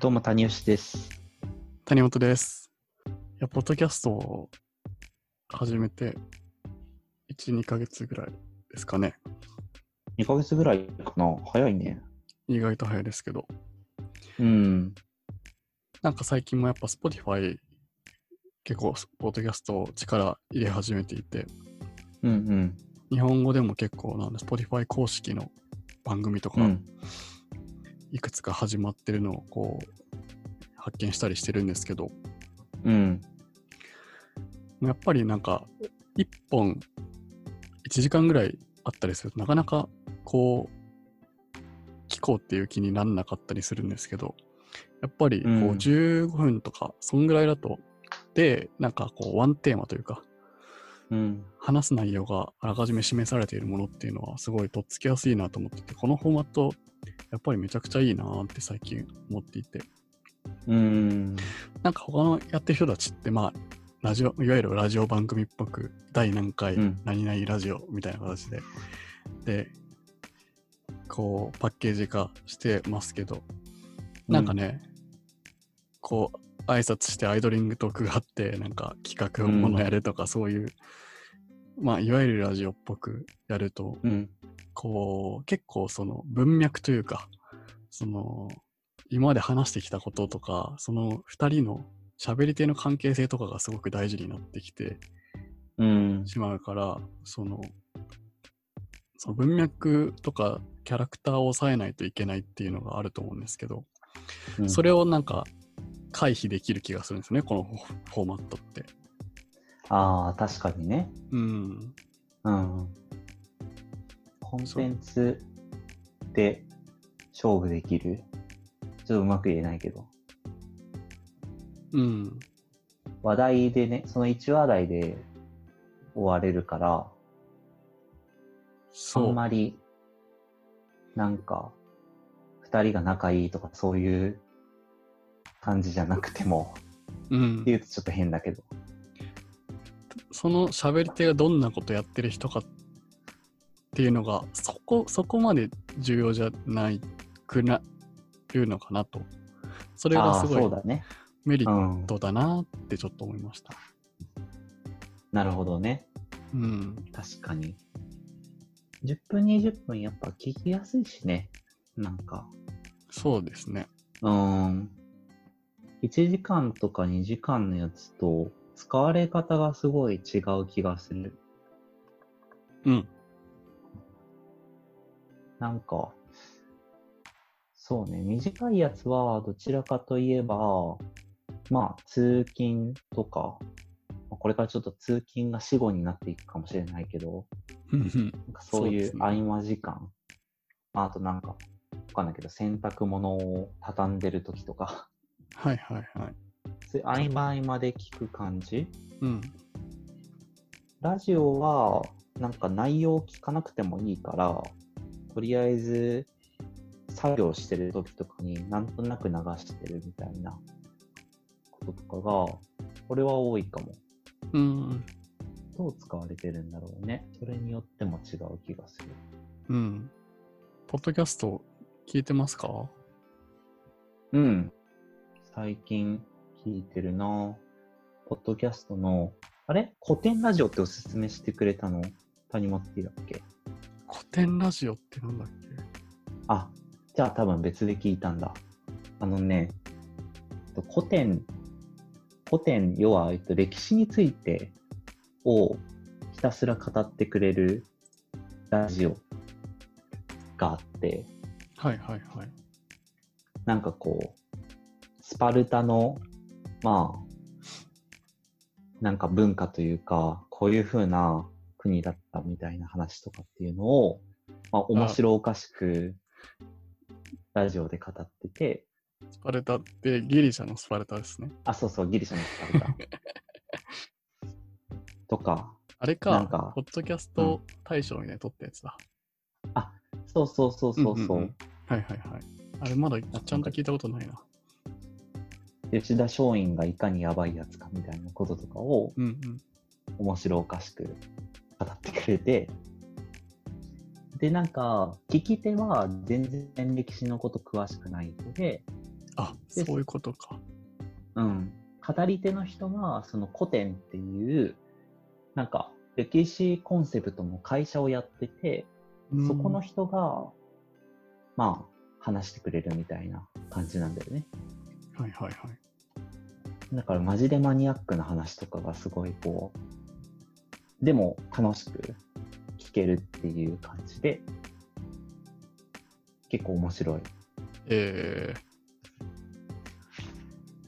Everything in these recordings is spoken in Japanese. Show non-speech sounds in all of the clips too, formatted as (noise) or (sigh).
どうも谷吉です。谷本です。いや、ポッドキャストを始めて、1、2ヶ月ぐらいですかね。 2ヶ月ぐらいかな早いね。意外と早いですけど。うん。なんか最近もやっぱ Spotify 結構ポッドキャストを力入れ始めていて、うんうん。日本語でも結構なんで Spotify 公式の番組とかうん。いくつか始まってるのをこう発見したりしてるんですけど、うん。やっぱりなんか、1本、1時間ぐらいあったりすると、なかなかこう、聞こうっていう気にならなかったりするんですけど、やっぱりこううん15分とか、そんぐらいだと、で、なんかこう、ワンテーマというか、うん。話す内容があらかじめ示されているものっていうのは、すごいとっつきやすいなと思ってて、このフォーマット、やっぱりめちゃくちゃいいなーって最近思っていて、うん。なんか他のやってる人たちって、まあ、ラジオ、いわゆるラジオ番組っぽく、第何回、うん何々ラジオみたいな形で、で、こう、パッケージ化してますけど、なんかね、こう、挨拶してアイドリングトークがあって、なんか企画をものやるとか、そういう、まあ、いわゆるラジオっぽくやると、うん。こう、結構その文脈というか、その、今まで話してきたこととか、その二人の喋り手の関係性とかがすごく大事になってきてうん。しまうから、その、その文脈とかキャラクターを抑えないといけないっていうのがあると思うんですけど、うんそれをなんか回避できる気がするんですよね、このフォフォーマットって。ああ、確かにね。うん。うん。コンテンツで勝負できるちょっとうまく言えないけど。うん。話題でね、その1話題で終われるから、あそんう。まり、なんか、二人が仲いいとかそういう感じじゃなくても、うんっていうとちょっと変だけど。その喋り手がどんなことやってる人かっていうのがそこそこまで重要じゃないくなるのかなとそれあがあすー、ごそいうだね。メリうッん。トだなってちょっと思いましたなるほどね。うん確かに。10分、20分やっぱ聞きやすいしね。なんか。そうですねうーん。1時間とか2時間のやつと、使われ方がすごい違う気がする。うんなんか、そうね、短いやつはどちらかといえば、まあ、通勤とか、まあこれからちょっと通勤が死後になっていくかもしれないけど、うんなんかそういそうでうすね合間時間、まああとなんか、わかんないけど、洗濯物を畳んでる時とか、 (laughs) はいはいはいそういう合間合間で聞く感じうんラジオは、なんか内容を聞かなくてもいいから、とりあえず、作業してる時とかになんとなく流してるみたいなこととかが、これは多いかも。うんどう使われてるんだろうね。それによっても違う気がする。うんポッドキャスト聞いてますかうん。最近聞いてるなぁポッドキャストの、あれ古典ラジオっておすすめしてくれたの谷本ティだっけ古典ラジオってなんだっあ、じゃあ多分別で聞いたんだ。あのね、えっと古典、古典、要は、えっと、歴史についてをひたすら語ってくれるラジオがあって、けはいはいはいなんかこう、スパルタの、まあ、なんか文化というか、こういう風な国だったみたいな話とかっていうのを、まあ、面白おかしく、ラジオで語ってて、スパルタってギリシャのスパルタですねあ、そうそう、ギリシャのスパルタ。とか、あれなかんかポッドキャスト大賞みたいなの取ったやつだそうそうそうそうそう、んんんはいはいはい。あれまだちゃんと聞いたことないな。吉田松陰がいかにやばいやつかみたいなこととかをうんうん。面白おかしく語ってくれて、で、なんか、聞き手は全然歴史のこと詳しくない人で、あ、でそういうことか。うん、語り手の人はその古典っていうなんか歴史コンセプトの会社をやってて、うんそこの人がまあ話してくれるみたいな感じなんだよねはいはいはい。だからマジでマニアックな話とかがすごいこうでも楽しく聞けるっていう感じで結構面白いえー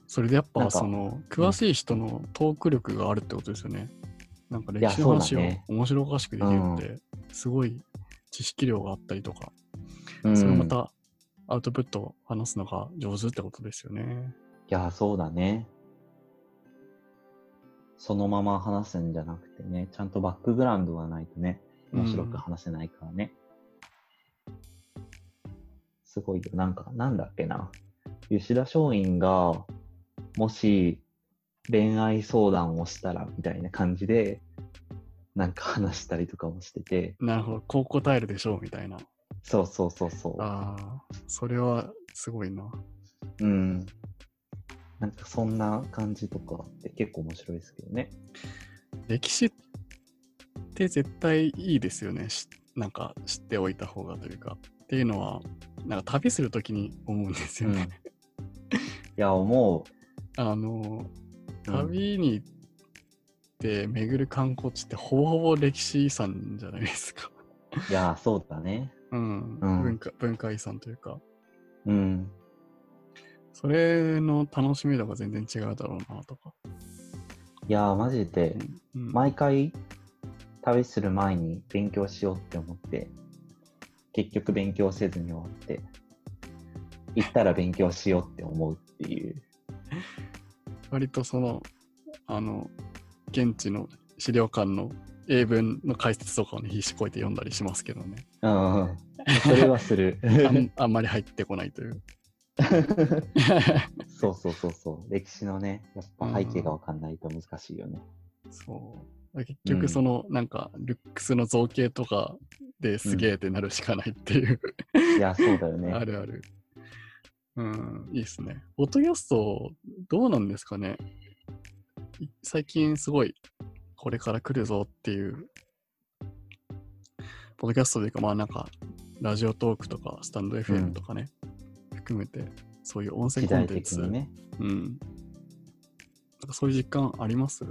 それでやっなぱんかその詳しい人のトーク力があるってことですよね。なんかい歴や史の話そうをだね面白おかしくできるって、すごい知識量があったりとか、うんそれをまたアウトプットを話すのが上手ってことですよね。いや、そうだね。そのまま話すんじゃなくてね、ちゃんとバックグラウンドがないとね、面白く話せないからね。すごいよ。なんか、なんだっけな。吉田松陰が、もし恋愛相談をしたら、みたいな感じで、なんか話したりとかもしてて、なるほど、こう答えるでしょうみたいな。そうそうそうそう。ああ、それはすごいな。うん。なんかそんな感じとかって結構面白いですけどね。歴史って絶対いいですよねしなんか知っておいた方がというかっていうのはなんか旅するときに思うんですようんね、いや、思 (laughs) あのう。旅に行って巡る観光地ってほぼほぼ歴史遺産じゃないですか、いや、そうだね。うんうん文化文化遺産というかうん。それの楽しみ度が全然違うだろうなとか、いや、マジで、うん毎回、旅する前に勉強しようって思って、結局勉強せずに終わって、行ったら勉強しようって思うっていう。割とそのあの現地の資料館の英文の解説とかをね必死こいて読んだりしますけどねうん。それはす (laughs) る。あんあんまり入ってこないというそうそうそうそう。歴史のね、やっぱ背景がわかんないと難しい (laughs) よね。そう結局その、なんかルックスの造形とかですげえってなるしかないっていう、いや、そうだよあね。るあるうんいいですねポッドキャストどうなんですかねい最近すごいこれから来るぞっていうポッドキャストというかまあなんかラジオトークとかスタンドう FM んとかね、含めてそういう音声時コン代テン的ツ、にね。うんなんかそういう実感あります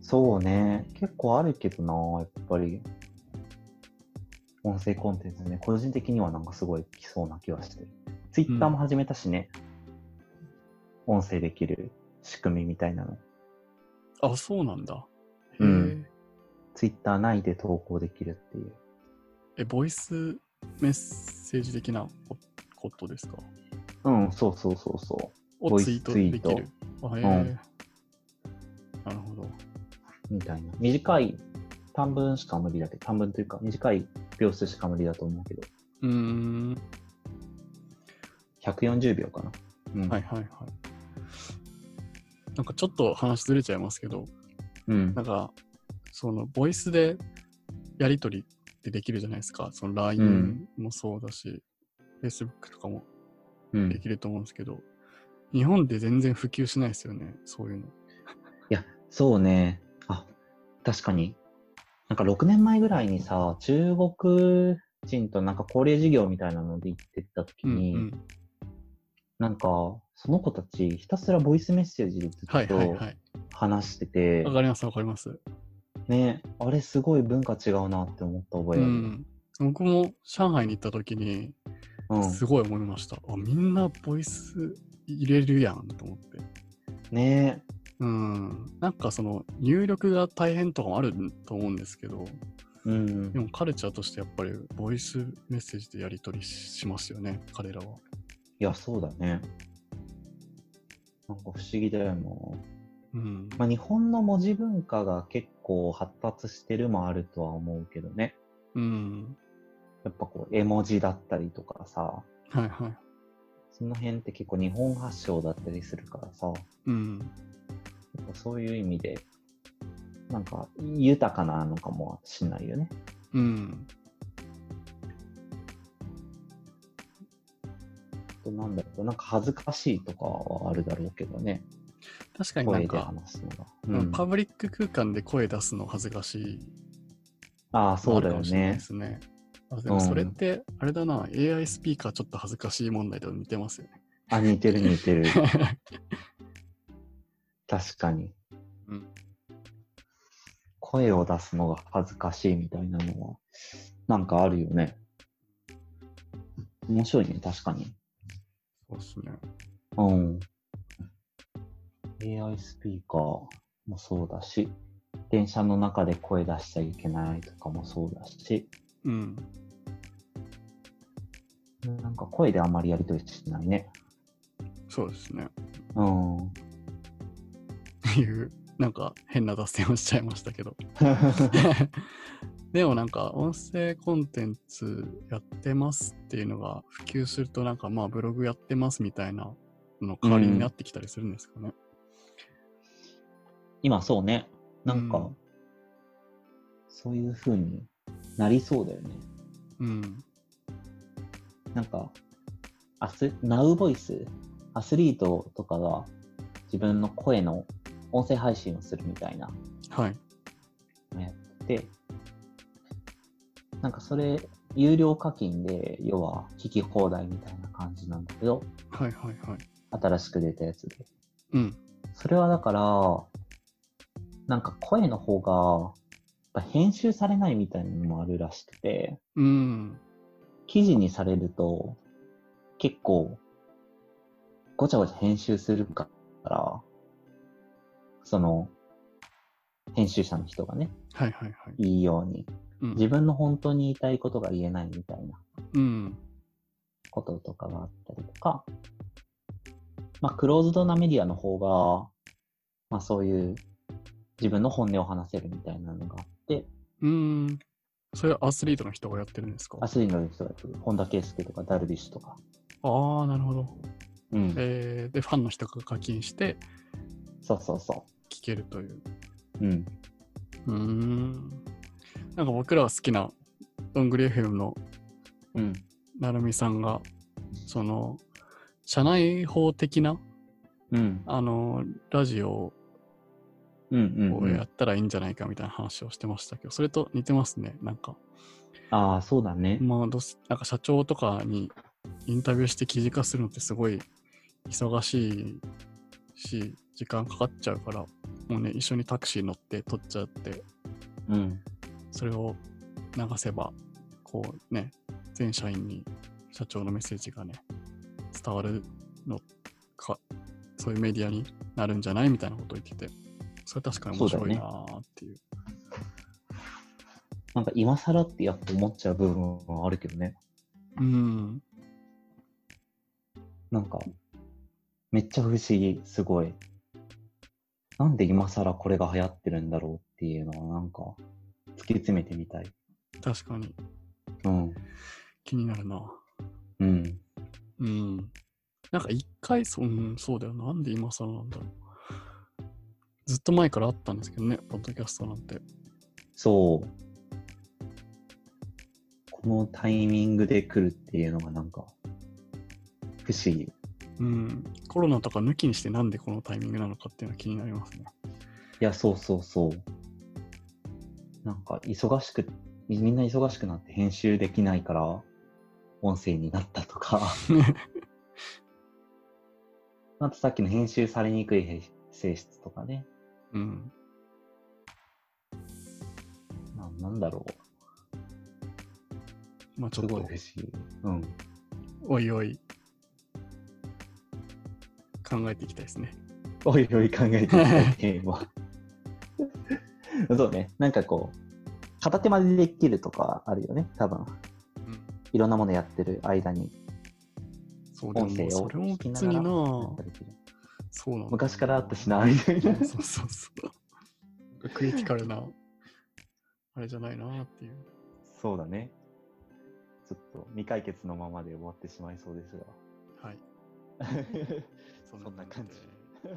そうね、結構あるけどな、やっぱり。音声コンテンツね、個人的にはなんかすごい来そうな気はしてる。ツイッターも始めたしね、音声できる仕組みみたいなの。あそうなんだへうんーツイッター内で投稿できるっていう。えボイスメッセージ的なこことですかうん、そうそうそうそボをイスツイートツイでートきる。あへえうんなるほど。う。みたいな。短い短文しか無理だけど、短文というか短い秒数しか無理だと思うけど、うーん。 140秒かな。うん。はいはいはい。なんかちょっと話ずれちゃいますけど、うんな。んか、その、ボイスでやりとりってできるじゃないですか。そのう LINE んもそうだし、Facebook とかもうんできると思うんですけど、日本で全然普及しないですよね、そういうの。いや、そうね。あ、確かに。なんか6年前ぐらいにさ、中国人となんか交流事業みたいなので行ってた時うんに、うん。なんか、その子たちひたすらボイスメッセージでずはっいはいとはい。話してて、わかりますわかります。ね、あれすごい文化違うなって思った覚えうある。ん。僕も上海に行った時に、うんすごい思いました。あ、みんなボイス入れるやんと思って。ねうん。なんかその入力が大変とかもあると思うんですけど、うんで。もカルチャーとしてやっぱりボイスメッセージでやり取りししますよね、彼らは。いや、そうだね。なんか不思議だよな。うん。まあ、日本の文字文化が結構発達してるもあるとは思うけどね。うん。やっぱこう、絵文字だったりとかさ、はいはい。その辺って結構日本発祥だったりするからさ、うん。結構そういう意味で、なんか豊かなのかもしんないよね。うん。となんだろう、なんか恥ずかしいとかはあるだろうけどね、確かにな声でんか、話すのが。うんうんパブリック空間で声出すの恥ずかしいああ、のそあうだるかよもしれないねで。すね。あでもそれって、あれだな、AI スピーカーちょっと恥ずかしい問題と似てますよね。あ、似てる似て (laughs) る。確かに。うん声を出すのが恥ずかしいみたいなのは、なんかあるよね。面白いね、確かに。そうですね。うん。AI スピーカーもそうだし、電車の中で声出しちゃいけないとかもそうだし、うん。なんか声であんまりやりとりしないね。そうですね。うん。 (laughs) っていう、なんか変な脱線をしちゃいましたけど。 (laughs) でもなんか音声コンテンツやってますっていうのが普及するとなんかまあブログやってますみたいなの代わりになってきたりするんですかね。今そうね。なんか、うんそういう風になりそうだよね。うん。なんか、アス、ナウボイス、アスリートとかが自分の声の音声配信をするみたいなはい。のやって、なんかそれ、有料課金で、要は聞き放題みたいな感じなんだけど、はいはいはい。新しく出たやつで。うん。それはだから、なんか声の方が、やっぱ編集されないみたいなのもあるらしくて、うん。記事にされると、結構、ごちゃごちゃ編集するから、その、編集者の人がね、はいはいはい。いいように、う自ん。分の本当に言いたいことが言えないみたいなうん。こととかがあったりとか、まあ、クローズドなメディアの方が、まあ、そういう自分の本音を話せるみたいなのがあって、うん。それはアスリートの人がやってるんですかアスリートの人がやってる本田圭佑とかダルビッシュとか、ああ、なるほど。うん、えー、で、ファンの人が課金してそうそうそ聞けるという。う、うん、うーん。なんか僕らは好きなどんぐり FM のうん、なるみさんがその社内法的なうん、あのラジオうん、うん、をうやん、ったらいいんじゃないかみたいな話をしてましたけど、それと似てますねなんかああ、そうだね、まあどうせなんか社長とかにインタビューして記事化するのってすごい忙しいし時間かかっちゃうからもうね一緒にタクシー乗って撮っちゃってうん、それを流せばこうね全社員に社長のメッセージがね伝わるのかそういうメディアになるんじゃないみたいなことを言っててそれ確かに面白いなーっていうなんか今更ってやっぱ思っちゃう部分はあるけどね、うんなんか、めっちゃ不思議、すごい。なんで今更これが流行ってるんだろうっていうのは、なんか、突き詰めてみたい。確かにうん。気になるなうん。うんなんか一回そ,、うん、そうだよなんで今更なんだろうずっと前からあったんですけどねポッドキャストなんてそう。このタイミングで来るっていうのが、なんか、不思議。うんコロナとか抜きにしてなんでこのタイミングなのかっていうのは気になりますねいや、そうそうそう。なんか、忙しく、みみんな忙しくなって編集できないから、音声になったと (laughs) か。あとさっきの編集されにくいへ性質とかね。うんななんだろう。まあちすょっごいと不思議。うん。おいおい考えていきたいですね。おいおい考えていきたいテーマ。 (laughs) そうね。なんかこう、片手間でできるとかあるよね、多分。うん、いろんなものやってる間にそうで音声もをそれも聞きな別がにらななんかできるそうなんだ昔からあったしな、みたいな。 (laughs) そうそうそう。クリティカルなあれじゃないなっていう。そうだね。ちょっと未解決のままで終わってしまいそうですが。はい。そそんな感じ (laughs) で。